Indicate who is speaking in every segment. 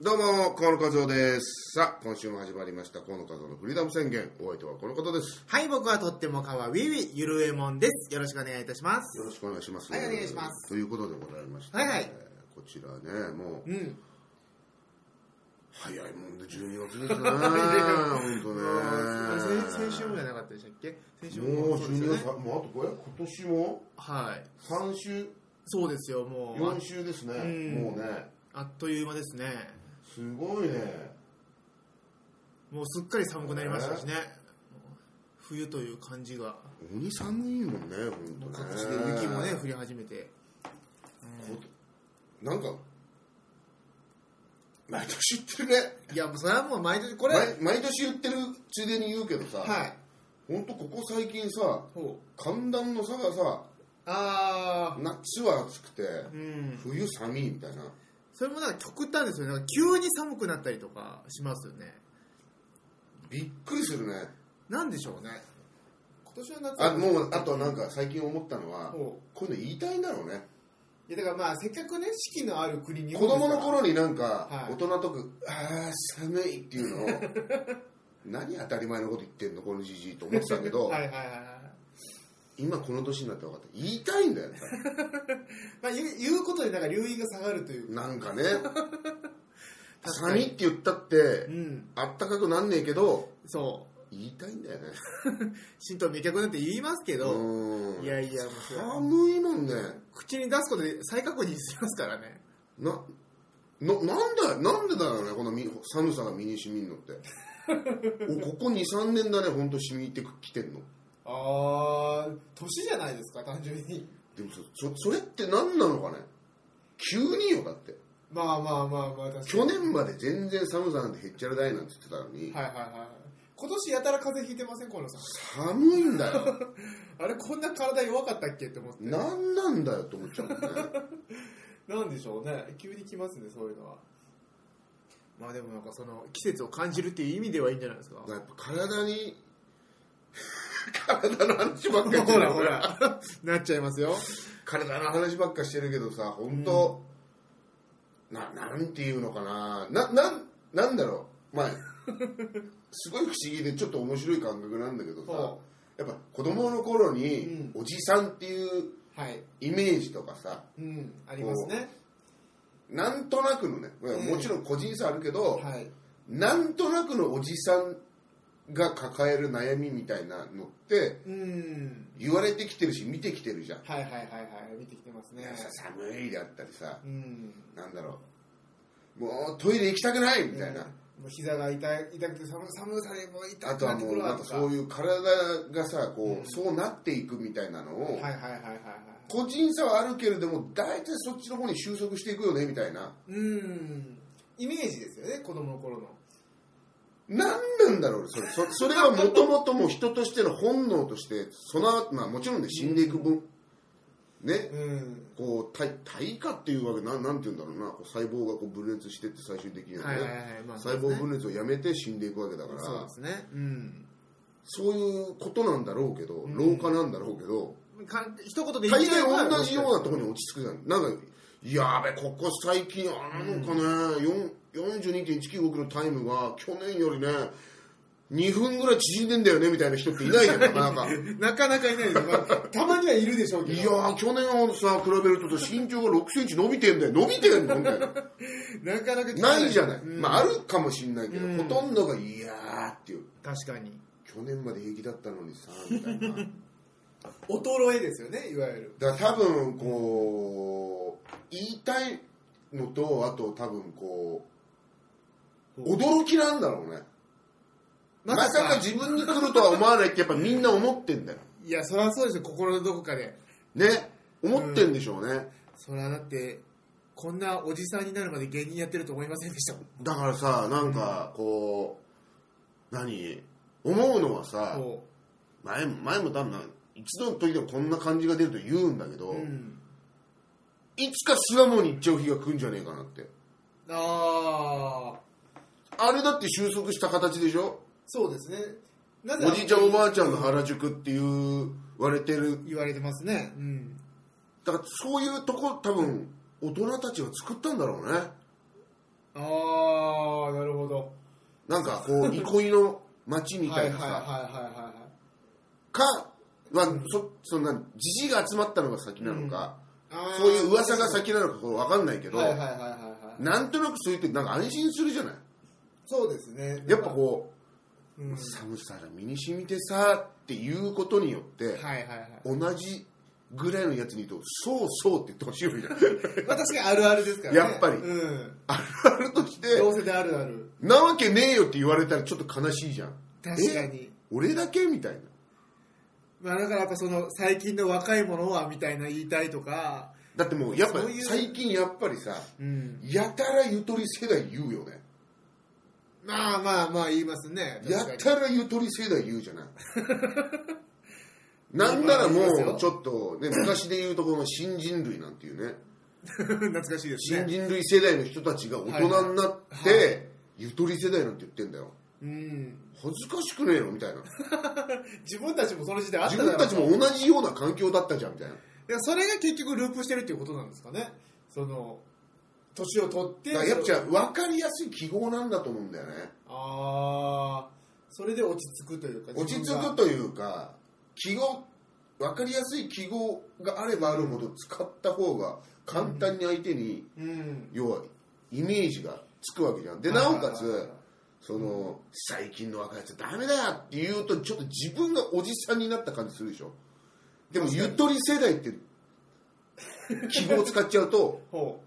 Speaker 1: どうも、河野和夫です。さあ、今週も始まりました、河野和夫のフリーダム宣言。お相手はこの方です。
Speaker 2: はい、僕はとってもかわウィウィゆるえもんです。よろしくお願いいたしま
Speaker 1: よ
Speaker 2: す。
Speaker 1: ろしくお願いします。
Speaker 2: はいお願いします
Speaker 1: ということでございまして、
Speaker 2: はいはい
Speaker 1: こちらね、もう
Speaker 2: う、 ん。
Speaker 1: 早いもんで12月 ですね。本
Speaker 2: もう先
Speaker 1: 当ね。
Speaker 2: 先週もじゃなかったでしたっけ先週
Speaker 1: もう
Speaker 2: そうです
Speaker 1: 12
Speaker 2: よね
Speaker 1: 月、。もうあとこれ、今年も
Speaker 2: はい。
Speaker 1: 3週、
Speaker 2: そうですよ、もう
Speaker 1: 4。週ですね。
Speaker 2: うん
Speaker 1: もうね、
Speaker 2: あっという間ですね。
Speaker 1: すごいね。
Speaker 2: もうすっかり寒くなりましたしね。冬という感じが。
Speaker 1: 鬼寒いもんね、本当ね。
Speaker 2: 各地で雪もね、降り始めて。
Speaker 1: こなんか、毎年言ってるね。
Speaker 2: いや、もうそれはもう毎年これ。はい。
Speaker 1: 毎毎年言ってるついでに言うけどさ、ほんとここ最近さ
Speaker 2: ほう。
Speaker 1: 寒暖の差がさ
Speaker 2: あ
Speaker 1: 夏は暑くて
Speaker 2: ー。うん。
Speaker 1: 冬寒いみたいな
Speaker 2: それもなんか極端ですよね。なんか急に寒くなったりとかしますよね。
Speaker 1: びっくりするね
Speaker 2: なんでしょうね。今年の夏は
Speaker 1: あもうあとなんか最近思ったのは
Speaker 2: ほ
Speaker 1: こういうの言いたいんだろうね
Speaker 2: ういやだからまあせっかくね四季のある国に
Speaker 1: 子供の頃になんか
Speaker 2: はい
Speaker 1: 大人とく「あー寒い」っていうのを 何当たり前のこと言ってんのこのじじいと思ってたけど、
Speaker 2: はいはいはいはい
Speaker 1: 今この年になって分かった言いたいんだよやっぱり
Speaker 2: まあ言う言うことでなんか留意が下がるという か
Speaker 1: なんかね
Speaker 2: か
Speaker 1: 寒
Speaker 2: に
Speaker 1: いって言ったって
Speaker 2: うん
Speaker 1: あったかくなんねえけど
Speaker 2: そう
Speaker 1: 言いたいんだよね
Speaker 2: 神道未脚なんて言いますけど、
Speaker 1: うん
Speaker 2: いやいやもうそれ
Speaker 1: 寒いもんね
Speaker 2: 口に出すことで再確認しますからね
Speaker 1: なななんだなんでだろうねこのみ寒さが身に染みんのって おここ23年だねほんと染みてきてんの
Speaker 2: ああ年じゃないですか単純に
Speaker 1: でもそそそれって何なのかね急によだって
Speaker 2: まあまあまあまあ確
Speaker 1: 去年まで全然寒さなんてへっちゃらだいなんて言ってたのに、
Speaker 2: はいはいはい今年やたら風邪ひいてません河野さん
Speaker 1: 寒いんだよ
Speaker 2: あれこんな体弱かったっけって思って
Speaker 1: 何なんだよって思っちゃうもんね
Speaker 2: なんでしょうね急に来ますねそういうのはまあでもなんかその季節を感じるっていう意味ではいいんじゃないですか
Speaker 1: やっぱ体に 体の話ばっかりして
Speaker 2: ほ
Speaker 1: る
Speaker 2: らほら なっちゃいますよ
Speaker 1: 体の話ばっかしてるけどさ本当、ななんていうのかなななんなんだろう まあすごい不思議でちょっと面白い感覚なんだけどさ
Speaker 2: ほ
Speaker 1: やっぱ子供の頃に
Speaker 2: うん
Speaker 1: おじさんっていう
Speaker 2: はい
Speaker 1: イメージとかさ
Speaker 2: うんありますね
Speaker 1: なんとなくのねまあ
Speaker 2: うん
Speaker 1: もちろん個人差あるけど、
Speaker 2: はい
Speaker 1: なんとなくのおじさんが抱える悩みみたいなのって
Speaker 2: うん
Speaker 1: 言われてきてるし見てきてるじゃん、
Speaker 2: はいはいはいはい見てきてますね
Speaker 1: いやさ寒いであったりさ
Speaker 2: うん
Speaker 1: なんだろうもうトイレ行きたくないみたいな、
Speaker 2: もう膝が痛い痛くて寒寒さでもう痛
Speaker 1: あ
Speaker 2: く
Speaker 1: とは
Speaker 2: なって
Speaker 1: も
Speaker 2: く
Speaker 1: う
Speaker 2: る
Speaker 1: な
Speaker 2: わ
Speaker 1: ん
Speaker 2: と
Speaker 1: か
Speaker 2: か
Speaker 1: そういう体がさこう、そうなっていくみたいなのを、
Speaker 2: はいはいはいはいはい
Speaker 1: 個人差はあるけれども大体そっちの方に収束していくよねみたいな
Speaker 2: うんイメージですよね子供の頃の
Speaker 1: 何なんだろうそれそそれはもともともう人としての本能として備わまあもちろんね死んでいく分、ね
Speaker 2: うん
Speaker 1: こう体体化っていうわけなんなんて言うんだろうなこう細胞がこう分裂してって最終的には
Speaker 2: は
Speaker 1: ね、
Speaker 2: いはいはいまあ
Speaker 1: 細胞分裂をやめて死んでいくわけだから
Speaker 2: そうですねうん
Speaker 1: そういうことなんだろうけど、
Speaker 2: ん
Speaker 1: 老化なんだろうけど、
Speaker 2: かん一言で
Speaker 1: 大
Speaker 2: いれば
Speaker 1: 概同じようなところに落ち着くじゃん。なんか、やべ、ここ最近、あのかね、4 42.195キロタイムが、去年よりね、2分ぐらい縮んでんだよね、みたいな人っていないじゃん、なかな か。い
Speaker 2: なかなかいないです、まあ、たまにはいるでしょうけ
Speaker 1: や
Speaker 2: ど、
Speaker 1: ー、去年はさ、比べるとさ身長が6センチ伸びてんだよ、伸びてんのみたいな。
Speaker 2: なかなか聞か
Speaker 1: ないじゃない。
Speaker 2: うん
Speaker 1: まあ、あるかもしんないけど、
Speaker 2: うん
Speaker 1: ほとんどが、いやーっていう。
Speaker 2: 確かに、
Speaker 1: 去年まで平気だったのにさ、みたいな。
Speaker 2: 衰えですよね、いわゆる。
Speaker 1: だから多分こう言いたいのとあと多分こう驚きなんだろうねまさか自分に来るとは思わないってやっぱみんな思ってんだよ
Speaker 2: いや、そりゃそうですよ、心のどこかで。
Speaker 1: ね思ってんでしょうね、
Speaker 2: そりゃだって、こんなおじさんになるまで芸人やってると思いませんでしたもん。
Speaker 1: だからさなんかこう、何思うのはさ
Speaker 2: そ
Speaker 1: 前も前も多分な一度の時でもこんな感じが出ると言うんだけど、
Speaker 2: ううん、
Speaker 1: いつか巣鴨に行っちゃう日が来るんじゃねえかなって
Speaker 2: ああ、
Speaker 1: あれだって収束した形でしょ
Speaker 2: そうですね。な
Speaker 1: おじいちゃんおばあちゃんの
Speaker 2: 話
Speaker 1: 原宿って言われてる
Speaker 2: 言われてますね。うん。
Speaker 1: だからそういうとこ多分大人たちは作ったんだろうね
Speaker 2: ああなるほど
Speaker 1: なんかこう憩いの街み
Speaker 2: は
Speaker 1: た
Speaker 2: いはい
Speaker 1: い
Speaker 2: は
Speaker 1: ないさ、
Speaker 2: はいは
Speaker 1: か、まあ、そそんなじじが集まったのが先なのか、
Speaker 2: いはい
Speaker 1: そういう噂が先なのかこう分かんないけど、
Speaker 2: はいはいはいはいはい
Speaker 1: なんとなくそういう時なんか安心するじゃない
Speaker 2: そうですね
Speaker 1: やっぱこ
Speaker 2: う、
Speaker 1: う、
Speaker 2: うん、はい
Speaker 1: 寒さが身に染みてさっていうことによって、
Speaker 2: は いはい
Speaker 1: 同じぐらいのやつに言うとそうそうって言ってほしいよみたいな
Speaker 2: まあ確かにあるあるですからね
Speaker 1: やっぱり
Speaker 2: うん
Speaker 1: あるとして
Speaker 2: どうせであるある
Speaker 1: なわけねえよって言われたらちょっと悲しいじゃん
Speaker 2: 確かに
Speaker 1: 俺だけみたいな
Speaker 2: まあだからやっぱその最近の若いものはみたいな言いたいとか
Speaker 1: だってもうやっぱ
Speaker 2: そういう
Speaker 1: 最近やっぱりさ
Speaker 2: うん
Speaker 1: やたらゆとり世代言うよね
Speaker 2: まあまあまあ言いますね
Speaker 1: や
Speaker 2: 確かに
Speaker 1: たらゆとり世代言うじゃないなんならも
Speaker 2: まあ言います
Speaker 1: う
Speaker 2: よ
Speaker 1: ちょっと、ね、昔で言うとこの新人類なんていうね
Speaker 2: 懐かしいです
Speaker 1: 新
Speaker 2: ね
Speaker 1: 人類世代の人たちが大人になっ
Speaker 2: はいは
Speaker 1: てゆとり世代なんて言ってんだよ
Speaker 2: うん
Speaker 1: 恥ずかしくねえのみたいな
Speaker 2: 自分たちもその時代あった
Speaker 1: 自
Speaker 2: だろう
Speaker 1: 分たちも同じような環境だったじゃんみたいな
Speaker 2: でもそれが結局ループしてるっていうことなんですかねその年を取って
Speaker 1: だからやっぱじゃあ分かりやすい記号なんだと思うんだよね
Speaker 2: ああそれで落ち着くというか
Speaker 1: 落ち着く
Speaker 2: く
Speaker 1: というか記号分かりやすい記号があればあるほど使った方が簡単に相手に、
Speaker 2: うん
Speaker 1: 要はイメージがつくわけじゃんでなおかつその最近の若いやつダメだよって言うとちょっと自分がおじさんになった感じするでしょでも
Speaker 2: 確か
Speaker 1: ゆ
Speaker 2: に
Speaker 1: とり世代って記号を使っちゃうと
Speaker 2: ほ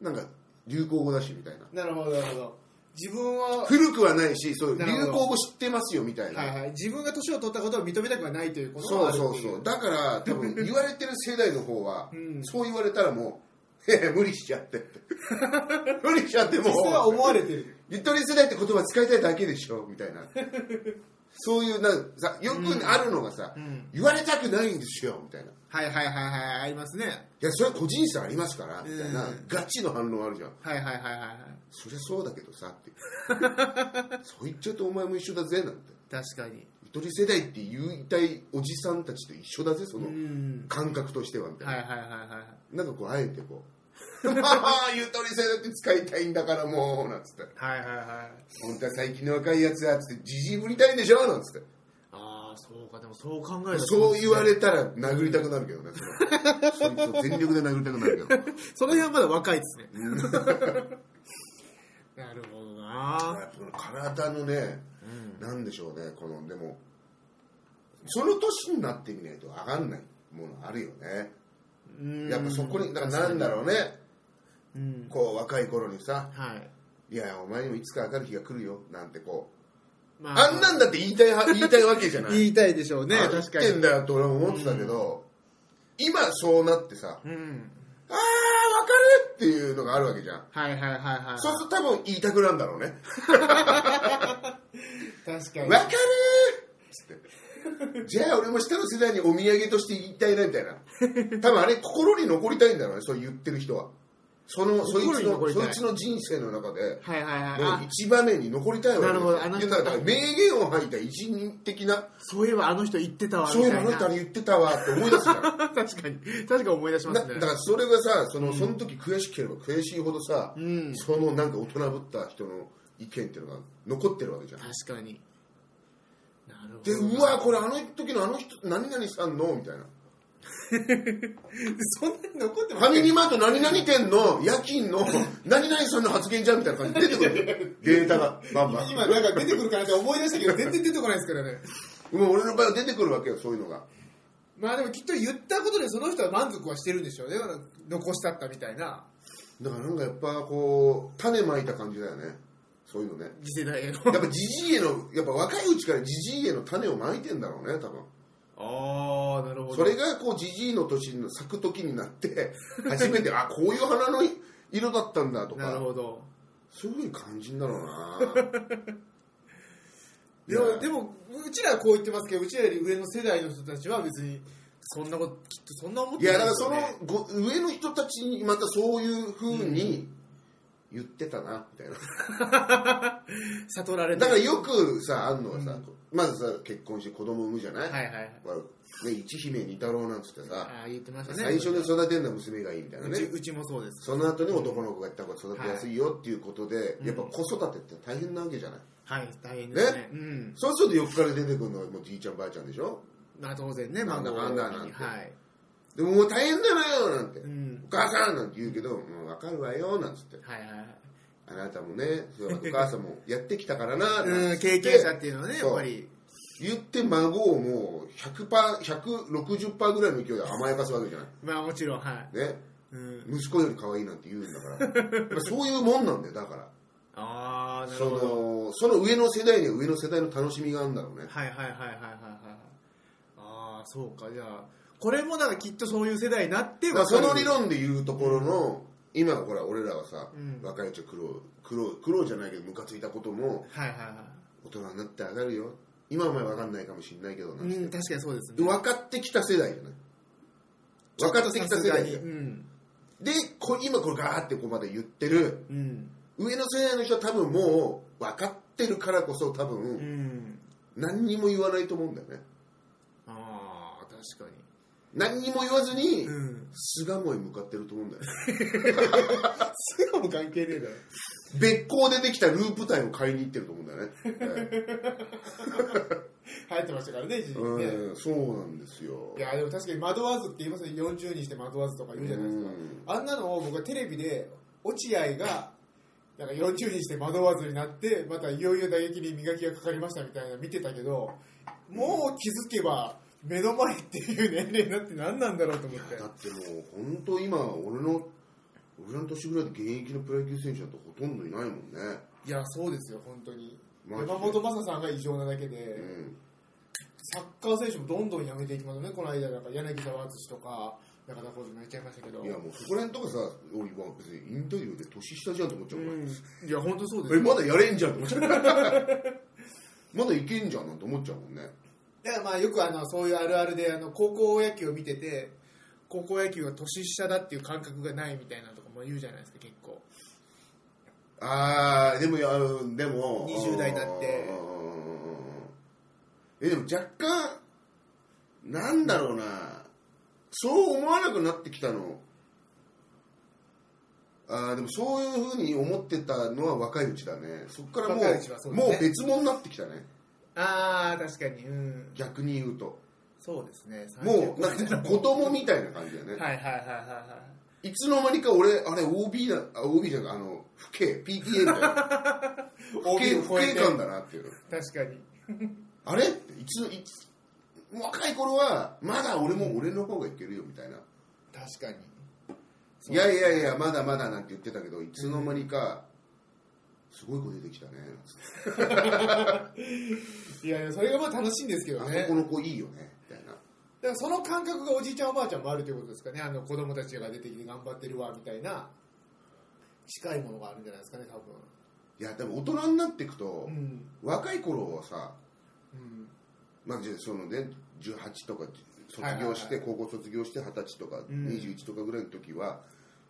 Speaker 1: なんか流行語だしみたいな
Speaker 2: うなるほどなるほど自分は
Speaker 1: 古くはないしそういう
Speaker 2: なるほ
Speaker 1: 流
Speaker 2: ど
Speaker 1: 行語知ってますよみたいな、
Speaker 2: はいはい、自分が年を取ったことを認めたくはないということ
Speaker 1: そ
Speaker 2: はあ
Speaker 1: う
Speaker 2: る
Speaker 1: そう
Speaker 2: ってい
Speaker 1: そうだから多 分言われてる世代の方は、
Speaker 2: うん
Speaker 1: そう言われたらもう「い やいや無理しちゃ って」無理しちゃっても
Speaker 2: 実際は
Speaker 1: う
Speaker 2: 思われてる
Speaker 1: ゆとり世代って言葉使いたいだけでしょみたい なそういうなんかさよくあるのがさ、
Speaker 2: ん
Speaker 1: 言われたくないんですよみたいな「い
Speaker 2: はいはいはいはいありますね
Speaker 1: やそれは個人差ありますから」みたいな、
Speaker 2: うん
Speaker 1: ガチの反論あるじゃん
Speaker 2: はいはいはいはいはい
Speaker 1: 「そりゃそうだけどさ」って そう言っちゃうとお前も一緒だぜなんて
Speaker 2: 確かに
Speaker 1: ゆとり世代って言いたいおじさんたちと一緒だぜそうの
Speaker 2: ん
Speaker 1: 感覚としてはみたいな、
Speaker 2: はいはいはいはい
Speaker 1: なんかこうあえてこう「 まあゆとり世代って使いたいんだからもう」なんつって
Speaker 2: はいはいはい
Speaker 1: 「本当は最近の若いやつや」つって「じじいぶりたいんでしょ」なんつって
Speaker 2: ああそうかでもそう考える
Speaker 1: そう言われたら殴りたくなるけどねそれはそいつを全力で殴りたくなるけど
Speaker 2: その辺はまだ若 いですねなるほどな
Speaker 1: やっぱこの体のねなんでしょうねこのでもその年になってみないと上がんないものあるよね
Speaker 2: うん
Speaker 1: やっぱそこにだからなんだろうね
Speaker 2: うん
Speaker 1: こう若い頃にさ
Speaker 2: は
Speaker 1: 「
Speaker 2: い
Speaker 1: いやお前にもいつか上がる日が来るよ」なんてこう
Speaker 2: ま
Speaker 1: あんなんだって言いたいは言いたいわけじゃない
Speaker 2: 言いたいでしょうね
Speaker 1: 何言
Speaker 2: 確か
Speaker 1: ってん
Speaker 2: に
Speaker 1: だよって俺も思ってたけど、今そうなってさあ
Speaker 2: うん
Speaker 1: あわかるっていうのがあるわけじゃん
Speaker 2: はいはいはいはい
Speaker 1: そうすると多分言いたくなんだろうね
Speaker 2: 確か
Speaker 1: わ
Speaker 2: に
Speaker 1: かるーっつってじゃあ俺も下の世代にお土産として言いたいなみたいな多分あれ心に残りたいんだろうねそう言ってる人はそのそい
Speaker 2: 心
Speaker 1: つ
Speaker 2: に残
Speaker 1: の
Speaker 2: りたい
Speaker 1: そいつの人生の中で
Speaker 2: はいはいはい
Speaker 1: もう
Speaker 2: あ
Speaker 1: 一場面に残りたいわけ
Speaker 2: なるほどあの人
Speaker 1: だから名言を吐いた偉人的な
Speaker 2: そういえばあの人言ってたわ
Speaker 1: そう
Speaker 2: み
Speaker 1: い
Speaker 2: た
Speaker 1: う
Speaker 2: い
Speaker 1: の
Speaker 2: な
Speaker 1: あなたに言ってたわって思い出すから
Speaker 2: 確かに確か思い出しま
Speaker 1: だ
Speaker 2: す
Speaker 1: だ
Speaker 2: ね
Speaker 1: からそれがさそのその時悔しければ悔しいほどさ、
Speaker 2: うん
Speaker 1: そのなんか大人ぶった人の意見っていうのが残ってるわけじゃん
Speaker 2: 確かになるほど
Speaker 1: でうわこれあの時のあの人何々さんのみたいな
Speaker 2: そんなに残って
Speaker 1: ファミリーマート何々店の夜勤の何々さんの発言じゃんみたいな感じで出てくるデータがバンバン
Speaker 2: 今なんか出てくるかなって思い出したけど全然出てこないですからね
Speaker 1: もう俺の場合は出てくるわけよそういうのが
Speaker 2: まあでもきっと言ったことでその人は満足はしてるんでしょうね残したったみたいな
Speaker 1: だからなんかやっぱこう種まいた感じだよねそういうのね
Speaker 2: 次世代への
Speaker 1: やっぱじじいへのやっぱ若いうちからじじいへの種をまいてんだろうね多分
Speaker 2: ああなるほ
Speaker 1: それがこうじじいの年に咲く時になっ て初めてあこういう花の色だったんだと
Speaker 2: なる
Speaker 1: か
Speaker 2: ほど
Speaker 1: そういうふうに感じんだろうない
Speaker 2: で
Speaker 1: や
Speaker 2: もでもうちらはこう言ってますけどうちらより上の世代の人たちは別にそんなこときっとそんな思っ
Speaker 1: い
Speaker 2: て
Speaker 1: や
Speaker 2: な
Speaker 1: だ
Speaker 2: い
Speaker 1: から
Speaker 2: です
Speaker 1: そ
Speaker 2: よ
Speaker 1: の
Speaker 2: ね
Speaker 1: ご上の人たちにまたそういうふうに言ってたな みたいな
Speaker 2: 悟られ
Speaker 1: だ
Speaker 2: た
Speaker 1: からよくさあんのはさ、
Speaker 2: うん
Speaker 1: まずさ結婚して子供産むじゃない、
Speaker 2: はいはいはい
Speaker 1: まあね、一姫二太郎なんつってさ
Speaker 2: ああ言ってましたね
Speaker 1: 最初に育てるのは娘がいいみたいな
Speaker 2: うち
Speaker 1: ね
Speaker 2: うちもそうです
Speaker 1: その後に男の子がやった方が育てやすいよっていうことで、やっぱ子育てって大変なわけじゃない、
Speaker 2: はい大変ですねうん
Speaker 1: そうすると横から出てくるのはもうじいちゃんばあちゃんでしょ
Speaker 2: まあ当然ね
Speaker 1: なんだ
Speaker 2: 孫を
Speaker 1: なんだなんて
Speaker 2: はい
Speaker 1: でももう大変だなよなんて、
Speaker 2: うん
Speaker 1: お母さんなんて言うけど、もう分かるわよなんつって
Speaker 2: はいはいはい
Speaker 1: あなたもねそうお母さんもやってきたからなな
Speaker 2: うん
Speaker 1: んつって
Speaker 2: 経験者っていうのはね
Speaker 1: そう
Speaker 2: やっぱり
Speaker 1: 言って孫をもう100パー160%ぐらいの勢いで甘やかすわけじゃない
Speaker 2: まあもちろんはい
Speaker 1: ね
Speaker 2: うん
Speaker 1: 息子より可愛いなんて言うんだからやっぱそういうもんなんだよだから
Speaker 2: あ あなる
Speaker 1: そ
Speaker 2: ほど
Speaker 1: のその上の世代には上の世代の楽しみがあるんだろうね
Speaker 2: はいはいはいはいはいはいああそうかじゃあこれもだからきっとそういう世代になって
Speaker 1: だから
Speaker 2: は
Speaker 1: その理論で言うところの今ほら俺らはさ、
Speaker 2: うん
Speaker 1: 若いうちは苦労苦労苦労じゃないけどムカついたことも
Speaker 2: はいはいは
Speaker 1: 大人になって上がるよ今はお前分かんないかもしんないけどなん
Speaker 2: い
Speaker 1: つっ
Speaker 2: うん
Speaker 1: て、
Speaker 2: 確かにそうですね
Speaker 1: 分かってきた世代じゃない分かってきた世代
Speaker 2: さす
Speaker 1: じゃ
Speaker 2: が
Speaker 1: ない
Speaker 2: にうん
Speaker 1: でこ今これガーってここまで言ってる
Speaker 2: うん
Speaker 1: 上の世代の人は多分もう分かってるからこそ多分、
Speaker 2: うん
Speaker 1: 何にも言わないと思うんだよね
Speaker 2: ああ確か
Speaker 1: 何にも言わずに、
Speaker 2: に うん
Speaker 1: 巣鴨へ向かってると思うんだよね
Speaker 2: 素顔関係ねえだろ
Speaker 1: 別行でできたループ隊を買いに行ってると思うんだよね、 え
Speaker 2: 流行ってましたからね一時
Speaker 1: え
Speaker 2: 期ね
Speaker 1: うんそうなんですよ
Speaker 2: いやでも確かに惑わずって言いますね40にして惑わずとか言うじゃないですか
Speaker 1: うん
Speaker 2: あんなのを僕はテレビで落合がなんか40にして惑わずになってまたいよいよ打撃に磨きがかかりましたみたいなの見てたけどもう気づけば目の前っていう年齢になって何なんだろうと思って
Speaker 1: だってもう本当今俺の俺の年ぐらいで現役のプロ野球選手なんてほとんどいないもんね
Speaker 2: いやそうですよ本当に
Speaker 1: マジで
Speaker 2: 山本昌さんが異常なだけで、
Speaker 1: うん
Speaker 2: サッカー選手もどんどんやめていきますねこの間なんか柳沢敦とか中田浩二もやっちゃいましたけど
Speaker 1: いやもうそこら辺とかさ俺今別にインタビューで年下じゃんと思っちゃうから、
Speaker 2: いや本当そう
Speaker 1: えまだやれんじゃんと思っちゃう まだいけんじゃんなんて思っちゃうもんね
Speaker 2: だからまあよくあのそういうあるあるであの高校野球を見てて高校野球は年下だっていう感覚がないみたいなとかも言うじゃないですか結構
Speaker 1: ああでもやでも
Speaker 2: 20代になって
Speaker 1: えでも若干なんだろうなそう思わなくなってきたのあーでもそういうふうに思ってたのは若いうちだねそっからもう
Speaker 2: 若いうちはそうです
Speaker 1: も
Speaker 2: ね
Speaker 1: う別物になってきたね
Speaker 2: ああ確かにうん
Speaker 1: 逆に言うと
Speaker 2: そうですね
Speaker 1: もう
Speaker 2: は
Speaker 1: なんか子供みたいな感じだね、
Speaker 2: いはいはいはい
Speaker 1: い、つの間にか俺あれ OB だあ OB じゃないあの父兄 PTA みたいな
Speaker 2: はい
Speaker 1: 父兄父兄
Speaker 2: 確
Speaker 1: 感だなっていうの
Speaker 2: かに
Speaker 1: あれっていついつ若い頃はまだ俺も俺の方がいけるよみたいな、
Speaker 2: 確かに
Speaker 1: いやいやいやまだまだなんて言ってたけどいつの間にか、すごい子出てきたね
Speaker 2: いやいやそれがまあ楽しいんですけど
Speaker 1: あ
Speaker 2: ね
Speaker 1: そこの子いいよねみたいな
Speaker 2: だからその感覚がおじいちゃんおばあちゃんもあるということですかねあの子供たちが出てきて頑張ってるわみたいな近いものがあるんじゃないですかね多
Speaker 1: いやでも大人になっていくと
Speaker 2: 分、ん
Speaker 1: 若い頃はさ、
Speaker 2: うん
Speaker 1: まあ、じゃあそのね18とか卒業して、
Speaker 2: はいはいはい
Speaker 1: 高校卒業して二十歳とか
Speaker 2: うん
Speaker 1: 21とかぐらいの時は、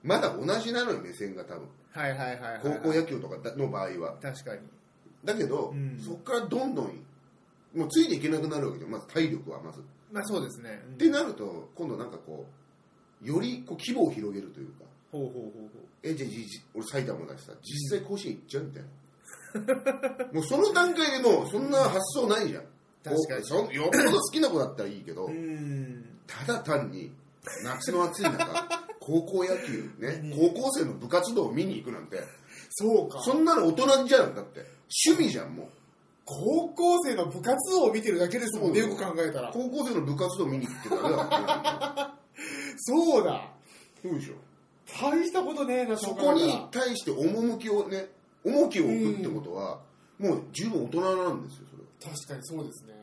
Speaker 1: まだ同じなのよ目線が多分
Speaker 2: はいはいはいはいはい、
Speaker 1: 高校野球とかの場合は
Speaker 2: 確かに
Speaker 1: だけど、
Speaker 2: うん
Speaker 1: そこからどんどんもうついていけなくなるわけじゃんまず体力はまず、
Speaker 2: まあそうですね
Speaker 1: っ
Speaker 2: で
Speaker 1: てなると今度なんかこうよりこう規模を広げるというか
Speaker 2: ほうほうほうほ
Speaker 1: えじゃあじじ俺埼玉だしさ実際甲子園行っちゃうみたい な、もうその段階でもうそんな発想ないじゃん
Speaker 2: 確かに
Speaker 1: こうそよっぽど好きな子だったらいいけど、
Speaker 2: ん
Speaker 1: ただ単に夏の暑い 中高校野球ね
Speaker 2: ね
Speaker 1: 高校生の部活動を見に行くなんて
Speaker 2: そうか
Speaker 1: そんなの大人じゃんだって趣味じゃんもう
Speaker 2: 高校生の部活動を見てるだけですもんね
Speaker 1: そう
Speaker 2: よく考えたら
Speaker 1: 高校生の部活動見に行ってたら
Speaker 2: そうだ
Speaker 1: そうでしょ
Speaker 2: 大したことねえな
Speaker 1: そう
Speaker 2: 考
Speaker 1: こ
Speaker 2: えたら
Speaker 1: に対して趣をね重きを置くってことは、もう十分大人なんですよそれは
Speaker 2: 確かにそうですね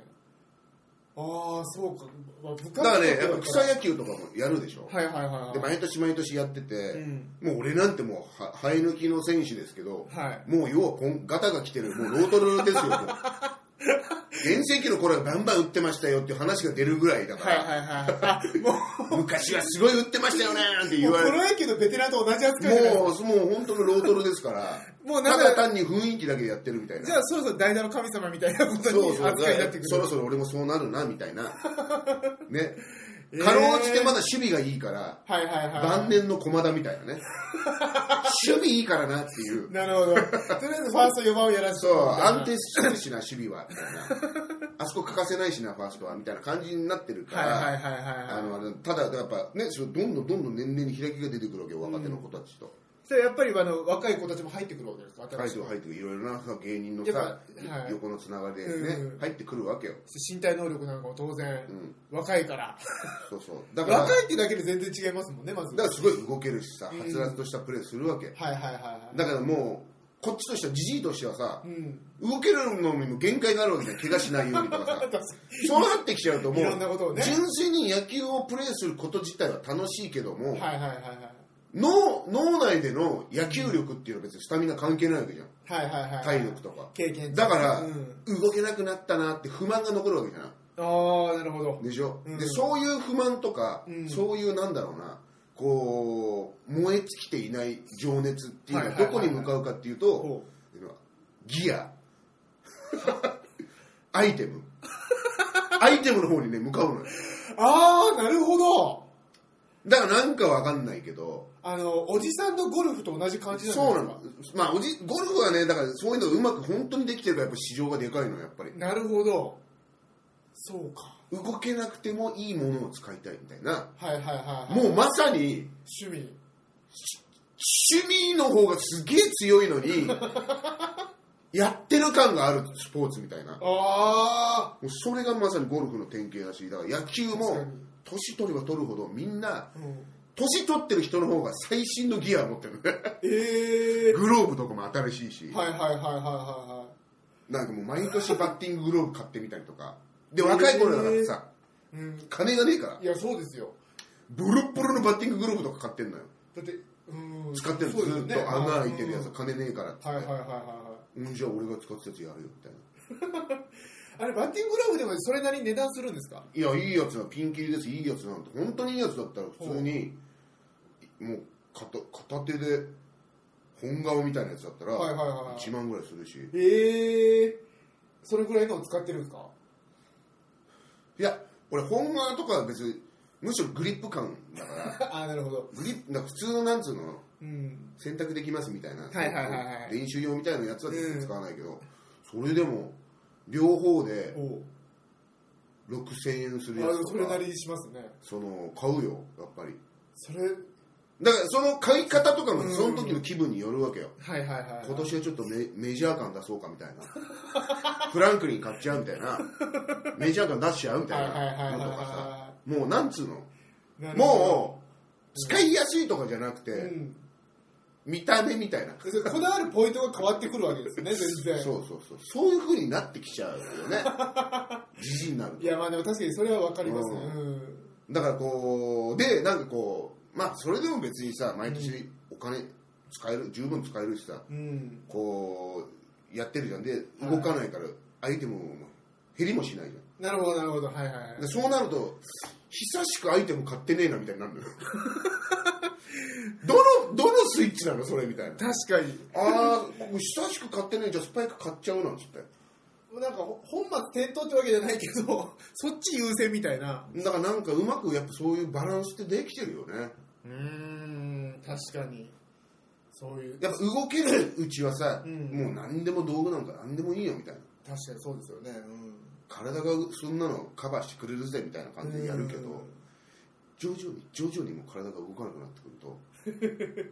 Speaker 2: ああそうか、まあ、部活
Speaker 1: だからねやっぱ草野球とかもやるでしょ、
Speaker 2: はいはいはいはい
Speaker 1: で毎年毎年やってて、
Speaker 2: うん
Speaker 1: もう俺なんてもうは生え抜きの選手ですけど
Speaker 2: はい
Speaker 1: もう要はこんガタが来てるもうロートルですよもう全盛期の頃はバンバン売ってましたよっていう話が出るぐらいだか
Speaker 2: はい
Speaker 1: ら、
Speaker 2: はいはい。もう、
Speaker 1: 昔はすごい売ってましたよねなんて言
Speaker 2: もう
Speaker 1: われ
Speaker 2: プ
Speaker 1: て
Speaker 2: ロ野球のベテランと同じ扱いじゃないですか
Speaker 1: もうもう本当のロートルですから
Speaker 2: もうな
Speaker 1: た
Speaker 2: んか
Speaker 1: だ単に雰囲気だけでやってるみたいな
Speaker 2: じゃあそろそろ代打の神様みたいなこと
Speaker 1: そう
Speaker 2: に
Speaker 1: そう
Speaker 2: 扱いになってくる。
Speaker 1: そろそろ俺もそうなるなみたいなね
Speaker 2: えー
Speaker 1: かろうじてまだ守備がいいから
Speaker 2: はいはいはい。
Speaker 1: 晩年の駒田みたいなね守備いいからなっていう
Speaker 2: なるほど。とりあえずファースト4番をやらせ
Speaker 1: そ
Speaker 2: て
Speaker 1: う
Speaker 2: もらって
Speaker 1: 安定してるしな守備はみたいなあそこ欠かせないしなファーストはみたいな感じになってるか
Speaker 2: はいはいはい
Speaker 1: ら
Speaker 2: はい
Speaker 1: あ
Speaker 2: はい。
Speaker 1: のあれただやっぱねそうどんどんどんどん年々に開きが出てくるわけよ若手の子たちと。
Speaker 2: それやっぱりあの若い子たちも入ってくるわけですか
Speaker 1: 入
Speaker 2: 新
Speaker 1: っ
Speaker 2: しい
Speaker 1: て入っていろいろなさ芸人の
Speaker 2: や
Speaker 1: さ
Speaker 2: っぱはい
Speaker 1: 横のつながりで
Speaker 2: うんう
Speaker 1: ね
Speaker 2: ん
Speaker 1: 入ってくるわけよ
Speaker 2: 身体能力なんかも当然、若いから。
Speaker 1: そうそうだから
Speaker 2: 若
Speaker 1: だ
Speaker 2: いってだけで全然違いますもんね、まず。
Speaker 1: か
Speaker 2: はい
Speaker 1: らすごい動けるしさ
Speaker 2: うん
Speaker 1: はつらつとしたプレーするわけ
Speaker 2: はいはいはい。
Speaker 1: だからもうこっちとしてはじじいとしてはさ
Speaker 2: うん。
Speaker 1: 動けるのにも限界があるわけじゃん怪我しないようにとか さそうなってきちゃうとも
Speaker 2: いろんなことを
Speaker 1: う
Speaker 2: ね
Speaker 1: 純粋に野球をプレーすること自体は楽しいけども
Speaker 2: はいはいはいはい。
Speaker 1: 脳脳内での野球力っていうのは別にスタミナ関係ないわけじゃん
Speaker 2: はいはいはい。
Speaker 1: 体力とか
Speaker 2: 経験値
Speaker 1: だから
Speaker 2: うん
Speaker 1: 動けなくなったなって不満が残るわけじゃん
Speaker 2: ああ、なるほど。
Speaker 1: でしょ、
Speaker 2: うん
Speaker 1: でそういう不満とか、
Speaker 2: うん
Speaker 1: そういうなんだろうなこう燃え尽きていない情熱っていうのは
Speaker 2: は
Speaker 1: い
Speaker 2: はい
Speaker 1: ど
Speaker 2: はいは
Speaker 1: こ
Speaker 2: い
Speaker 1: に向かうかっていうと、
Speaker 2: ほ
Speaker 1: ギア アイテムアイテムの方にね向かうのよ
Speaker 2: うああ、なるほど。
Speaker 1: だからなんかわかんないけど
Speaker 2: あの、おじさんのゴルフと同じ感じなんですか
Speaker 1: そうなのまあおじゴルフはねだからそういうのうまく本当にできてるからやっぱ市場がでかいのよやっぱり
Speaker 2: なるほど。そうか。
Speaker 1: 動けなくてもいいものを使いたいみたいな
Speaker 2: はいはいはい、はい。
Speaker 1: もうまさに
Speaker 2: 趣味。
Speaker 1: 趣味の方がすげえ強いのにやってる感があるスポーツみたいなも
Speaker 2: あ
Speaker 1: うそれがまさにゴルフの典型だしだから野球
Speaker 2: 確か
Speaker 1: も
Speaker 2: に
Speaker 1: 年取れば取るほどみんな
Speaker 2: あ、うん、
Speaker 1: 年取ってる人の方が最新のギアを持ってる ね
Speaker 2: ええ
Speaker 1: グローブとかも新しいし、
Speaker 2: はいはいはいはいは
Speaker 1: なんかもう毎年バッティンググローブ買ってみたりとかで若い頃だからさ
Speaker 2: いはい。うん。
Speaker 1: 金がねえから
Speaker 2: いや、そうですよ。
Speaker 1: ボロッボロのバッティンググローブとか買ってんのよ
Speaker 2: だって、うん。
Speaker 1: 使ってるの
Speaker 2: そう
Speaker 1: ず
Speaker 2: で
Speaker 1: ー
Speaker 2: すよ
Speaker 1: っと
Speaker 2: ね
Speaker 1: 穴開いてるやつ
Speaker 2: うん
Speaker 1: 金ねえからっつって、
Speaker 2: はいはいはいはいはい。
Speaker 1: うんじゃあ俺が使ってたやつやるよみたいな
Speaker 2: あれ、バッティンググラブでもそれなりに値段するんですか
Speaker 1: いや、いいやつな、ピンキリです、いいやつなんて、本当にいいやつだったら、普通に、もう片片手で、本顔みたいなやつだったら、
Speaker 2: はいはいはいはい
Speaker 1: 1万ぐらいするし、
Speaker 2: ええそれぐらいのを使ってるんですか
Speaker 1: いや、俺、本顔とかは別に、むしろグリップ感だから、
Speaker 2: ああ、なるほど。
Speaker 1: グリップ、なんか普通のなんつうの、
Speaker 2: うん。
Speaker 1: 洗濯できますみたいな、
Speaker 2: はいはいはいはい
Speaker 1: 練習用みたいなやつは全然使わないけど、それでも、両方で
Speaker 2: おう
Speaker 1: 6000円するや
Speaker 2: あ
Speaker 1: つ
Speaker 2: そ
Speaker 1: と
Speaker 2: れな
Speaker 1: か、
Speaker 2: りにしますね。
Speaker 1: その、買うよ、やっぱり。
Speaker 2: それ、はい
Speaker 1: だから、その買い方とかも、
Speaker 2: うん
Speaker 1: その時の気分によるわけよ。
Speaker 2: はいはい。
Speaker 1: 今年はちょっとメメジャー感出そうかみたいなフランクリン買っちゃうみたいなメジャー感出しちゃうみた
Speaker 2: はいいはいはい
Speaker 1: な
Speaker 2: はい
Speaker 1: のとかさ
Speaker 2: は
Speaker 1: もうなんつうの
Speaker 2: い。なるほど
Speaker 1: もう使いやすいとかじゃなくて、
Speaker 2: うん、
Speaker 1: 見た目みたいな
Speaker 2: でこだわるポイントが変わってくるわけですよね、 全然。
Speaker 1: そうそうそうそういうふうになってきちゃうよねじじいになる
Speaker 2: いや、まあでも確かにそれはわかりますね。
Speaker 1: う
Speaker 2: うん。
Speaker 1: だからこうでなんかこうまあそれでも別にさ毎年お金使える十分使えるしさ
Speaker 2: うん。
Speaker 1: こうやってるじゃんで
Speaker 2: はい
Speaker 1: 動かないからアイテムも減りもしないじゃん
Speaker 2: なるほど、なるほど。はいはいはい
Speaker 1: で。そうなると久しくアイテム買ってねえなみたいにな るのよどのどのスイッチなのそれみたいな
Speaker 2: 確かに。
Speaker 1: ああ久しく買ってねえじゃあスパイク買っちゃうなんつって
Speaker 2: なんかほ本末転倒ってわけじゃないけど、 そっち優先みたいな。
Speaker 1: だからなんかうまくやっぱそういうバランスってできてるよね
Speaker 2: うーん、確かに。そういう。
Speaker 1: やっぱ動けるうちはさ、
Speaker 2: うん
Speaker 1: もう何でも道具なんか何でもいいよみたいな
Speaker 2: 確かにそうですよね。うん。
Speaker 1: 体がそんなのカバーしてくれるぜみたいな感じでやるけど、徐々に徐々にもう体が動かなくなってくると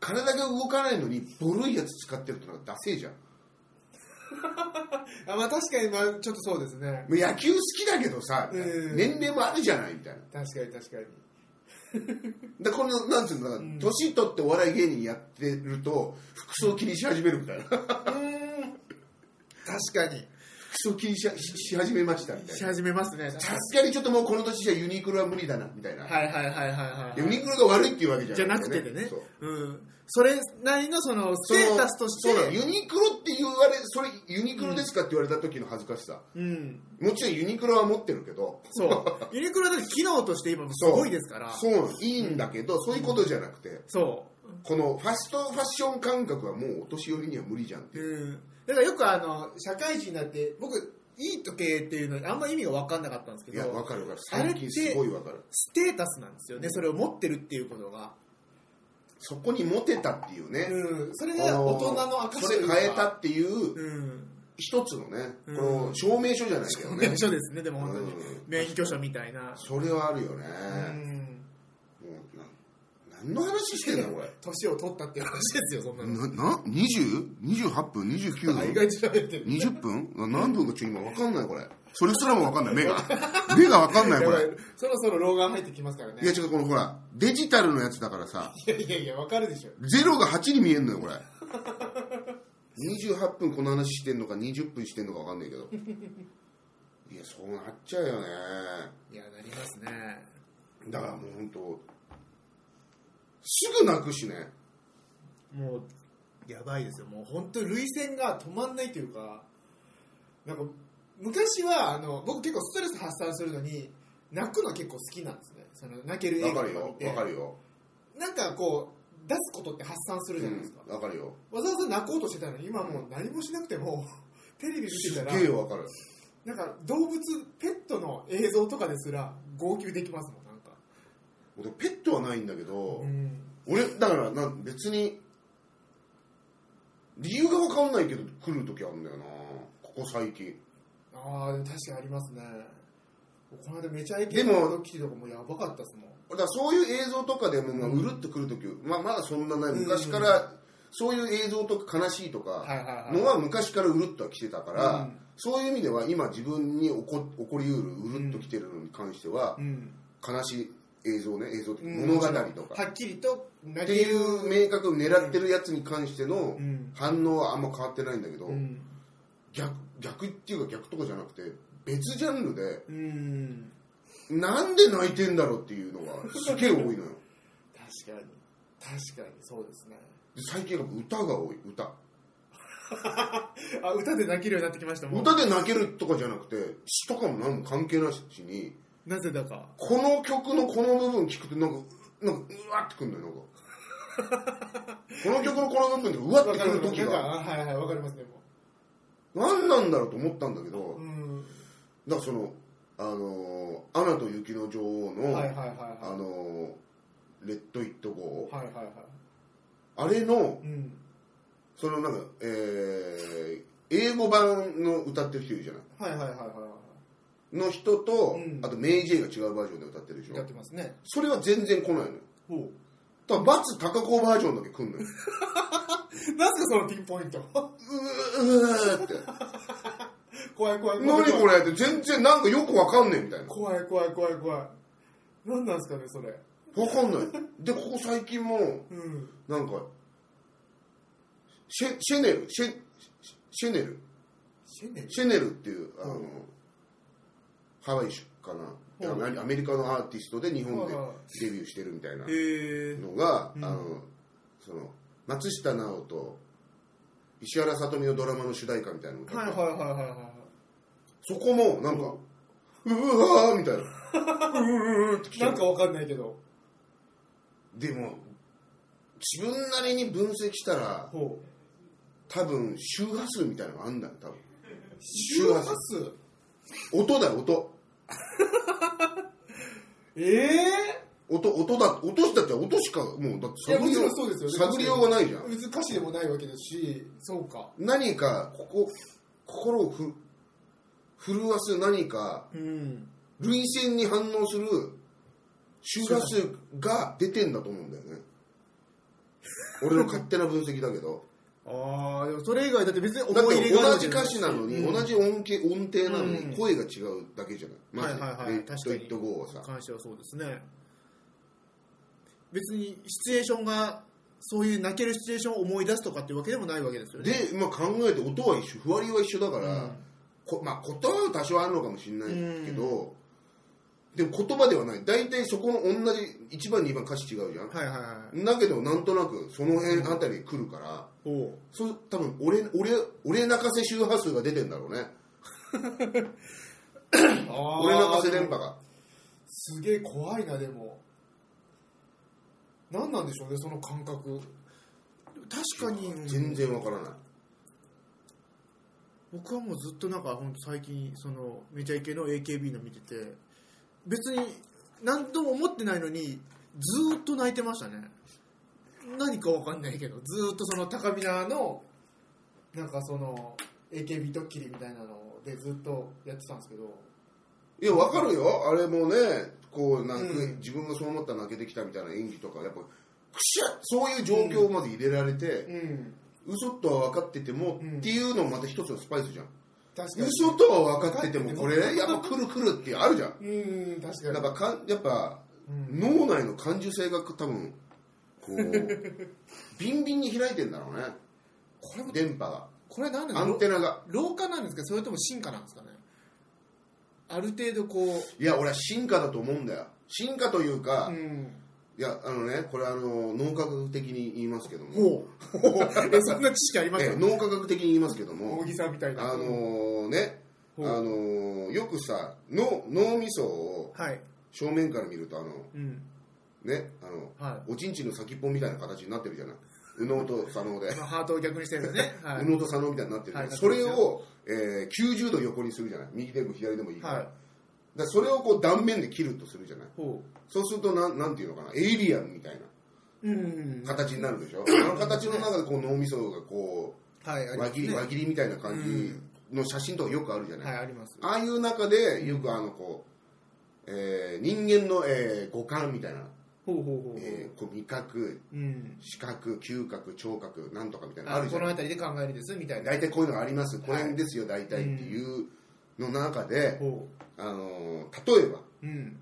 Speaker 1: 体が動かないのにボロいやつ使ってるってのがダセえじゃんも
Speaker 2: あまあ確かに、まあちょっとそうですね。
Speaker 1: う野球好きだけどさ、みたいな
Speaker 2: うん
Speaker 1: 年齢もあるじゃないみたいな
Speaker 2: 確かに確かに。
Speaker 1: でこのなんていうのかな、
Speaker 2: うん
Speaker 1: 年取ってお笑い芸人やってると服装気にし始めるみたいな服
Speaker 2: うーん。確かに。
Speaker 1: ソ気にししし始めましたみたい
Speaker 2: し
Speaker 1: な
Speaker 2: 始めますね。
Speaker 1: さすがにちょっともうこの年じゃユニクロは無理だなみたいな、
Speaker 2: はいはいはいはいはい。
Speaker 1: ユニクロが悪いっていうわけじゃ
Speaker 2: じゃ
Speaker 1: な
Speaker 2: な
Speaker 1: く
Speaker 2: く
Speaker 1: て、
Speaker 2: てでね
Speaker 1: そう。
Speaker 2: うん。それなりのそのステータスとして。
Speaker 1: そのそうなのユニクロって言われそれユニクロですかって言われた時の恥ずかしさ、
Speaker 2: うん。
Speaker 1: もちろんユニクロは持ってるけど
Speaker 2: そう。 ユニクロはだって機能として今もすごいですから。
Speaker 1: そうなのいいんだけど、そういうことじゃなくて
Speaker 2: そう。
Speaker 1: このファストファッション感覚はもうお年寄りには無理じゃんっていう
Speaker 2: うん、だからよくあの社会人になって僕いい時計っていうのあんま意味が分かんなかったんですけ
Speaker 1: いやわ
Speaker 2: ど
Speaker 1: かるわかる
Speaker 2: あれ
Speaker 1: 最
Speaker 2: って
Speaker 1: 近すごいわかる
Speaker 2: ステータスなんですよねそれを持ってるっていうことが、
Speaker 1: そこにモテたっていうね、
Speaker 2: うん、それ
Speaker 1: あ
Speaker 2: が
Speaker 1: の
Speaker 2: 大人の証
Speaker 1: そ
Speaker 2: とい
Speaker 1: れ
Speaker 2: うか
Speaker 1: 変えたっていう
Speaker 2: うん
Speaker 1: 一つのね、
Speaker 2: うん
Speaker 1: この証明書じゃないけどね、
Speaker 2: 免許ですねでも本当に、
Speaker 1: うん
Speaker 2: 免許証みたいな、
Speaker 1: それはあるよね、
Speaker 2: うん、
Speaker 1: もうな何の話してんだこれ
Speaker 2: 年を取ったっていう話ですよそんなの
Speaker 1: なな 20?28 分29
Speaker 2: あ意
Speaker 1: 分
Speaker 2: 外と喋ってる
Speaker 1: 20分な何分かちょ今わかんないこれそれすらもわかんない目 が目がわかんないこ
Speaker 2: や
Speaker 1: れ
Speaker 2: ばいそろそろ老眼入ってきますからね
Speaker 1: いやちょっとこのほらデジタルのやつだからさ
Speaker 2: いやいやいや分かるでしょ
Speaker 1: ゼロが8に見えんのよこれ28分この話してんのか20分してんのかわかんないけどいやそうなっちゃうよね
Speaker 2: いやなりますね
Speaker 1: だからもう本当すぐ泣くしね
Speaker 2: もうやばいですよもう本当に涙腺が止まんないというかなんか昔はあの僕結構ストレス発散するのに泣くの結構好きなんですねその泣ける映
Speaker 1: わ
Speaker 2: 画
Speaker 1: か
Speaker 2: と
Speaker 1: る
Speaker 2: か見
Speaker 1: よ
Speaker 2: て
Speaker 1: わかるよ
Speaker 2: なんかこう出すことって発散するじゃないですか、
Speaker 1: うんわかるよ
Speaker 2: わざわざ泣こうとしてたのに今もう何もしなくても テレビ見て
Speaker 1: す
Speaker 2: たら
Speaker 1: げえわかる
Speaker 2: なんか動物ペットの映像とかですら号泣できますもんなんか、
Speaker 1: 俺ペットはないんだけど、
Speaker 2: うん
Speaker 1: 俺だからな別に理由がわかんないけど来る時あるんだよなここ最近
Speaker 2: ああ確かにありますねこの間めちゃイケ
Speaker 1: で
Speaker 2: の
Speaker 1: も
Speaker 2: ドッキリとかもやばかったですもん
Speaker 1: だからそういう映像とかでも、まあ、うるっとくる時、まあ、まだそんなない
Speaker 2: うん
Speaker 1: 昔からそういう映像とか悲しいと
Speaker 2: はい
Speaker 1: か
Speaker 2: はいはい
Speaker 1: のは昔からうるっとは来てたから、
Speaker 2: うん
Speaker 1: そういう意味では今自分に起こ起こりうるうるっと来てるのに関しては
Speaker 2: う、ん
Speaker 1: 悲しい映像ね映像って
Speaker 2: うん
Speaker 1: 物語とか、
Speaker 2: はっきりと投
Speaker 1: って
Speaker 2: げ
Speaker 1: い
Speaker 2: る
Speaker 1: う明確を狙ってるやつに関しての
Speaker 2: うん
Speaker 1: 反応はあんま変わってないんだけど、
Speaker 2: うん
Speaker 1: 逆逆っていうか逆とかじゃなくて別ジャンルで
Speaker 2: うん
Speaker 1: なんで泣いてんだろうっていうのがすげえ多いのよ
Speaker 2: 確かに確かにそうですね
Speaker 1: で最近は歌が多い歌
Speaker 2: あ歌で泣けるようになってきましたもん
Speaker 1: 歌で泣けるとかじゃなくて詩とかも何も関係なしに
Speaker 2: なぜだか
Speaker 1: この曲のこの部分聞くとなんかなんかうわってくるのよなんか この曲のこの部分でうわってくる時
Speaker 2: なん
Speaker 1: が
Speaker 2: かあはいはいわかりますねも
Speaker 1: 何なんだろうと思ったんだけ
Speaker 2: う
Speaker 1: ど
Speaker 2: うん
Speaker 1: だからその「あのーアナと雪の女王の」
Speaker 2: はいはいはい
Speaker 1: あ
Speaker 2: は
Speaker 1: のーレッド・イット・ゴ
Speaker 2: いはいはいは
Speaker 1: ー」あれの
Speaker 2: いうん
Speaker 1: そのなんか、えー英語版の歌ってる人いるじゃない
Speaker 2: はいはいはいは
Speaker 1: の人と、
Speaker 2: うん
Speaker 1: あとメイ・ジェイが違うバージョンで歌ってるでし
Speaker 2: いや
Speaker 1: ょ
Speaker 2: ってますね
Speaker 1: それは全然来ないのよ
Speaker 2: おう
Speaker 1: ただバツ高子バージョンだけ来んのよ
Speaker 2: なんすかそのピンポイント
Speaker 1: う ーって
Speaker 2: 怖い怖い怖い怖い
Speaker 1: 何これって全然なんかよくわかんねえみたいな
Speaker 2: 怖い怖い怖い怖い何なんですかねそれ
Speaker 1: わかんないでここ最近も
Speaker 2: うん
Speaker 1: なんかシェシェネルシェシェネル
Speaker 2: シェネル
Speaker 1: シェネルっていうあの、
Speaker 2: うん
Speaker 1: ハワイ出かな、
Speaker 2: うん
Speaker 1: アメリカのアーティストで日本で
Speaker 2: は
Speaker 1: デビューしてるみたいな
Speaker 2: へえ
Speaker 1: のが、
Speaker 2: うん
Speaker 1: あのその松下奈緒と石原さとみのドラマの主題歌みたいなのを歌っ
Speaker 2: はい
Speaker 1: て
Speaker 2: はいはいはいはい
Speaker 1: そこもなんか、うわーみたいな
Speaker 2: なんかわかんないけど。
Speaker 1: でも自分なりに分析したら
Speaker 2: ほう。
Speaker 1: 多分周波数みたいなのがあんだよ多分
Speaker 2: 周波数
Speaker 1: 音だよ音
Speaker 2: ええ
Speaker 1: 音音だ音したって音しかもうだって
Speaker 2: いや、も
Speaker 1: り
Speaker 2: ち
Speaker 1: よ
Speaker 2: ろ
Speaker 1: うん
Speaker 2: そうですよね。
Speaker 1: 探りようがないじゃん
Speaker 2: 難しいでもないわけだし、そうか。
Speaker 1: 何かここ心をふ震わす何か
Speaker 2: うん。
Speaker 1: 涙腺に反応する周波数が出てんだと思うんだよね俺の勝手な分析だけど
Speaker 2: ああ、でもそれ以外だって別に
Speaker 1: だっ
Speaker 2: 思い入
Speaker 1: て
Speaker 2: れが
Speaker 1: 同じ歌詞なのに、
Speaker 2: うん
Speaker 1: 同じ音形音程なの
Speaker 2: うん
Speaker 1: に声が違うだけじゃない、まず
Speaker 2: はいはいはい
Speaker 1: レッド・イット・ゴーはさ
Speaker 2: 関してはそうですね。別にシチュエーションが、そういう泣けるシチュエーションを思い出すとかっていうわけでもないわけですよね。
Speaker 1: で、まあ、考えて音は一緒ふわりは一緒だから、
Speaker 2: うん
Speaker 1: こまあ言葉は多少あるのかもしれないけど、でも言葉ではない大体そこの同じ1番2番歌詞違うじゃん、
Speaker 2: はいはいはい
Speaker 1: だけどなんとなくその辺あたり来るから、
Speaker 2: おう
Speaker 1: そう多分俺俺俺泣かせ周波数が出てんだろうね
Speaker 2: あー
Speaker 1: 俺泣かせ電波が
Speaker 2: すげえ怖いなでも何なんでしょうねその感覚確かに
Speaker 1: 全然わからない、
Speaker 2: 僕はもうずっとなんか本当最近そのめちゃイケの AKB の見てて別に何とも思ってないのにずーっと泣いてましたね何かわかんないけどずーっとその高見菜のなんかその AKB ドッキリみたいなのでずっとやってたんですけど
Speaker 1: いやわかるよあれもねこうなんか、
Speaker 2: うん
Speaker 1: 自分がそう思ったら泣けてきたみたいな演技とかやっぱくしゃそういう状況をまず入れられて、
Speaker 2: うん
Speaker 1: 嘘とは分かってても、
Speaker 2: うん
Speaker 1: っていうのもまた一つのスパイスじゃん
Speaker 2: 確かに
Speaker 1: 嘘とは分かってても
Speaker 2: 分か
Speaker 1: こ
Speaker 2: って
Speaker 1: れ
Speaker 2: ても
Speaker 1: やっぱ来る来るってあるじゃん
Speaker 2: うん確かに
Speaker 1: なんかかんやっぱ、
Speaker 2: うん
Speaker 1: 脳内の感受性が多分こ うビンビンに開いてんだろうね
Speaker 2: これも
Speaker 1: 電波が
Speaker 2: これ何な
Speaker 1: ア
Speaker 2: ん
Speaker 1: ン
Speaker 2: で
Speaker 1: テ
Speaker 2: す
Speaker 1: ナが
Speaker 2: 老化なんですかそれとも進化なんですかねある程度こ
Speaker 1: いや俺は進化だと思うんだよ進化というか、
Speaker 2: ううん
Speaker 1: いやあのねこれあの脳科学的に言いますけども、
Speaker 2: ほう えそんな知識ありまし
Speaker 1: え
Speaker 2: た
Speaker 1: え脳科学的に言いますけども
Speaker 2: 大木さんみたいな
Speaker 1: あのねあ
Speaker 2: ほう
Speaker 1: のよくさ脳脳みそを
Speaker 2: はい
Speaker 1: 正面から見るとあの
Speaker 2: うん
Speaker 1: ねあの
Speaker 2: は
Speaker 1: おちんちんの先っぽみたいな形になってるじゃない右脳と左脳で
Speaker 2: いまあハートを逆にしてる んですねはい
Speaker 1: 右脳と左脳みたいになってるじゃない、
Speaker 2: はい
Speaker 1: それを、えー90度横にするじゃない右でも左でもいいから,、
Speaker 2: はい
Speaker 1: それをこう断面で切るとするじゃない
Speaker 2: ほ
Speaker 1: そうするとなんなんていうのかなエイリアンみたいな
Speaker 2: ううん
Speaker 1: 形になるでしょ、あの形の中でこう脳みそがこ
Speaker 2: はいうありま
Speaker 1: 輪
Speaker 2: す
Speaker 1: 切り,、
Speaker 2: ね
Speaker 1: 輪切りみたいな感じの写真とかよくあるじゃない、
Speaker 2: はいあります
Speaker 1: ああいう中でよくあのこう、えー人間の、えー五感みたいな、
Speaker 2: ほうほうほうほう
Speaker 1: えーこう味覚
Speaker 2: うん
Speaker 1: 視覚嗅覚聴覚なんとかみたいなのあ
Speaker 2: あ
Speaker 1: るじゃ
Speaker 2: こ
Speaker 1: ない
Speaker 2: の辺りで考えるですみたいな
Speaker 1: 大体こういうのがありますこれですよ大体っていうの中で、
Speaker 2: ほ
Speaker 1: あのー例えば、
Speaker 2: ううん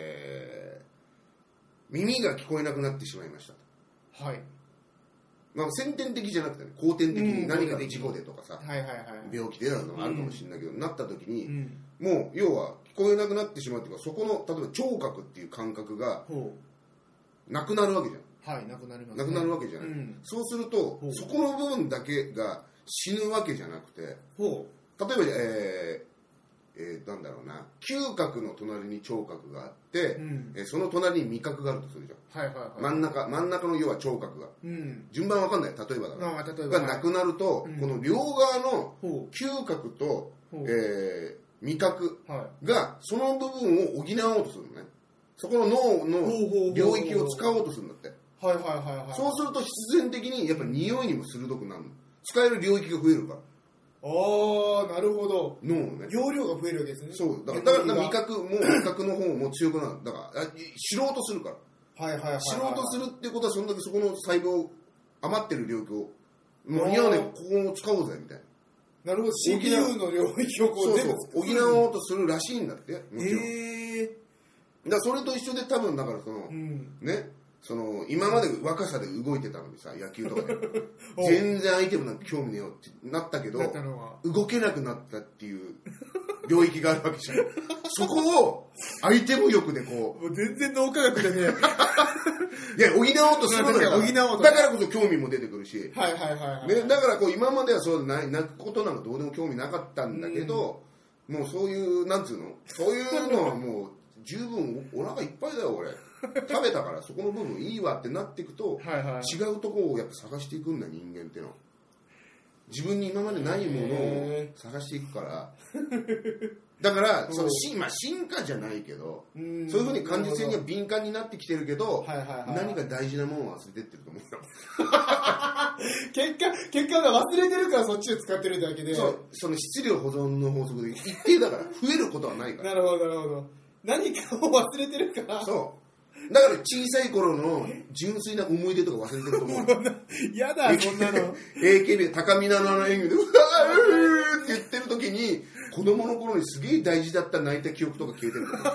Speaker 1: えー耳が聞こえなくなってしまいましたと、
Speaker 2: はい
Speaker 1: まあ、先天的じゃなくて、ね、後天的
Speaker 2: う
Speaker 1: に
Speaker 2: ん
Speaker 1: 何かで事故でとかさ、
Speaker 2: はいはいはい
Speaker 1: 病気でなのもあるかもしれないけど、なった時
Speaker 2: う
Speaker 1: に、
Speaker 2: ん
Speaker 1: もう要は聞こえなくなってしまうというかそこの例えば聴覚っていう感覚が
Speaker 2: ほ
Speaker 1: なくなるわけじゃん
Speaker 2: うはいなくなります
Speaker 1: なくなるわけじゃない、
Speaker 2: うん
Speaker 1: そうすると
Speaker 2: ほう
Speaker 1: そこの部分だけが死ぬわけじゃなくて、
Speaker 2: ほ
Speaker 1: 例えば、えーえーなんだろうな嗅覚の隣に聴覚があって、
Speaker 2: ううん
Speaker 1: えーその隣に味覚があるとするじゃん
Speaker 2: はいはいはい
Speaker 1: 真ん中真ん中の要は聴覚が
Speaker 2: うん
Speaker 1: 順番わかんない例えばだか
Speaker 2: まあまあ例え
Speaker 1: ら
Speaker 2: ば
Speaker 1: がなくなると、
Speaker 2: うん
Speaker 1: この両側の
Speaker 2: ほ
Speaker 1: 嗅覚と、
Speaker 2: うほう
Speaker 1: えー味覚
Speaker 2: はい
Speaker 1: がその部分を補おうとするのねそこの脳
Speaker 2: ほうほうほ
Speaker 1: の
Speaker 2: う
Speaker 1: 領域を使おうとするんだって
Speaker 2: はいはいはいはい
Speaker 1: そうすると必然的にやっぱり匂いにも鋭くなるの使える領域が増えるから
Speaker 2: ああなるほど
Speaker 1: 脳のね
Speaker 2: 容量が増えるわけですね
Speaker 1: そうだからだ
Speaker 2: 逆
Speaker 1: か
Speaker 2: に
Speaker 1: ら味覚も
Speaker 2: 言えば
Speaker 1: 味覚の方も強くなるだからあ知ろうとするから
Speaker 2: はいはいはい、はい、
Speaker 1: 知ろうとするってことはそんだけそこの細胞余ってる領域をもう似合うね
Speaker 2: あー
Speaker 1: ここを使おうぜみたいな
Speaker 2: なるほど CPU の領域をこ
Speaker 1: そうう
Speaker 2: 全部
Speaker 1: そう補おうとするらしいんだってもちろん、だか
Speaker 2: ええ
Speaker 1: らそれと一緒で多分だからその、
Speaker 2: うん
Speaker 1: ねその今まで若さで動いてたのにさ野球とかで 全然アイテムなんか興味ねえよってなったけど
Speaker 2: だったのは
Speaker 1: 動けなくなったっていう領域があるわけじゃんそこをアイテム欲でこう
Speaker 2: もう全然脳科学じゃ ね
Speaker 1: いや補おうとするのよ
Speaker 2: まあ確かに補おうと
Speaker 1: だからこそ興味も出てくるし、
Speaker 2: えはいはいはいはい、
Speaker 1: ね、だからこう今まではそうない泣くことなんかどうでも興味なかったんだけど、もうそういうなんつうのそういうのはもう十分おお腹いっぱいだよ俺食べたからそこの部分いいわってなっていくと
Speaker 2: はいはい
Speaker 1: 違うとこをやっぱ探していくんだ人間ってのは自分に今までないものを
Speaker 2: へ
Speaker 1: 探していく からだから
Speaker 2: うん
Speaker 1: その進,、まあ、進化じゃないけど、
Speaker 2: うん
Speaker 1: そういうふうに感受性に
Speaker 2: な
Speaker 1: は
Speaker 2: る
Speaker 1: 敏感になってきてるけど、
Speaker 2: ほどはいはいはい
Speaker 1: 何か大事なものを忘れてってると思うよ
Speaker 2: 結果結果が忘れてるからそっちで使ってるだけで
Speaker 1: そうその質量保存の法則で一定だから増えることはない から
Speaker 2: なるほどなるほど何かを忘れてるから
Speaker 1: そうだから小さい頃の純粋な思い出とか忘れてると思う
Speaker 2: 嫌だこんなの
Speaker 1: AKB 高見菜の演技で「うわー!」って言ってる時に子供の頃にすげえ大事だった泣いた記憶とか 消えてると思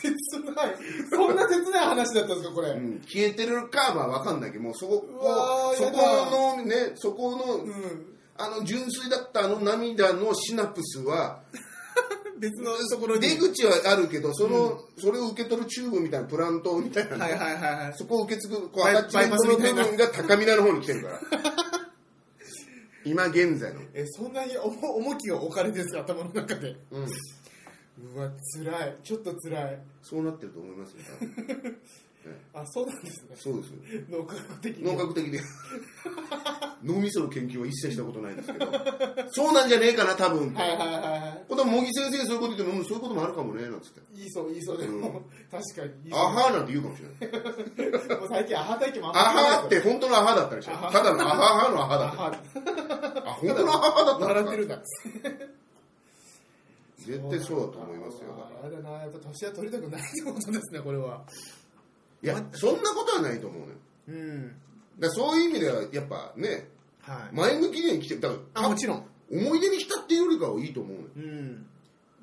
Speaker 2: 切ないそんな切ない話だったんですかこれ、
Speaker 1: う、うん、消えてるかまあ分かんないけどもうそこ
Speaker 2: うわー
Speaker 1: そ
Speaker 2: や
Speaker 1: こ
Speaker 2: だ
Speaker 1: のねそこの
Speaker 2: うん
Speaker 1: あの純粋だったあの涙のシナプスは
Speaker 3: 別のところに。
Speaker 1: 出口はあるけどその、それを受け取るチューブみたいなプラントみたいなの、
Speaker 3: はいはいはいはい。
Speaker 1: そこを受け継ぐこう
Speaker 3: バ
Speaker 1: ア
Speaker 3: イ
Speaker 1: タッチメントの部分が高みなの方に来てるから 今現在の
Speaker 2: えそんなに重重きを置かれてるんですか頭の中で
Speaker 1: うん
Speaker 2: うわ辛いちょっと辛い
Speaker 1: そうなってると思いますよ多分
Speaker 2: あそうなんですね
Speaker 1: そうですよ
Speaker 2: 脳科学的に
Speaker 1: 脳科学 的で脳みその研究は一切したことないですけ どそうなんじゃねえかな多分
Speaker 2: はいはいはいは
Speaker 1: この茂木先生がそういうこと言っても、うんそういうこともあるかもねなんつって
Speaker 2: い言いそう言いそうでも、
Speaker 1: うん
Speaker 2: 確かに言い
Speaker 1: ア
Speaker 2: そう
Speaker 1: ハーなんて言うかもしれない
Speaker 2: もう最近アハ体験も
Speaker 1: アハー
Speaker 2: ん
Speaker 1: っ
Speaker 2: まり
Speaker 1: て本当のアハーだったでしょ
Speaker 2: アハ
Speaker 1: ただのアハーのアハー
Speaker 2: ア
Speaker 1: だっ
Speaker 2: ハ
Speaker 1: たあ本当のアハーだった
Speaker 2: 笑
Speaker 1: んで
Speaker 2: って
Speaker 1: す
Speaker 2: るんだ
Speaker 1: か絶対そうだと思いますよだから
Speaker 2: あやだなやっぱ年は取りたくないってことですねこれはい
Speaker 1: やそんなことはないと思うのよ
Speaker 2: うん
Speaker 1: だからそういう意味ではやっぱね
Speaker 2: はい
Speaker 1: 前向きに生きてだから
Speaker 2: あもちろん
Speaker 1: 思い出にたっていうよりかはいいと思うのよ
Speaker 2: うん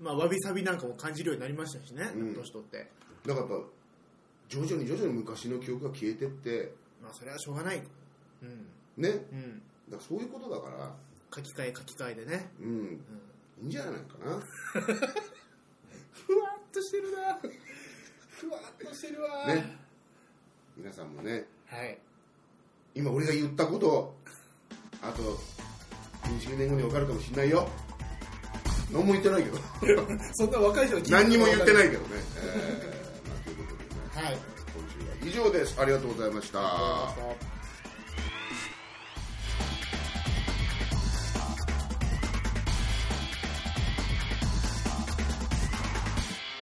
Speaker 2: まあわびさびなんかも感じるようになりましたしね、
Speaker 1: うん
Speaker 2: 年取って
Speaker 1: だからやっぱ徐々に徐々に昔の記憶が消えてって
Speaker 2: まあそれはしょうがないうん
Speaker 1: ね
Speaker 2: うん
Speaker 1: だからそういうことだから
Speaker 2: 書き換え書き換えでね
Speaker 1: うん、いいんじゃないかな
Speaker 2: ふわっとしてるなふわっとしてるわ
Speaker 1: ね皆さんもね
Speaker 2: はい
Speaker 1: 今俺が言ったことをあと20年後に分かるかもしれないよ何も言ってないけど
Speaker 2: そんな若い人は聞い
Speaker 1: 何にも言ってないいけどね、えーまあ、ということでね
Speaker 2: はい
Speaker 1: 今週は以上ですありがとうございました
Speaker 2: あ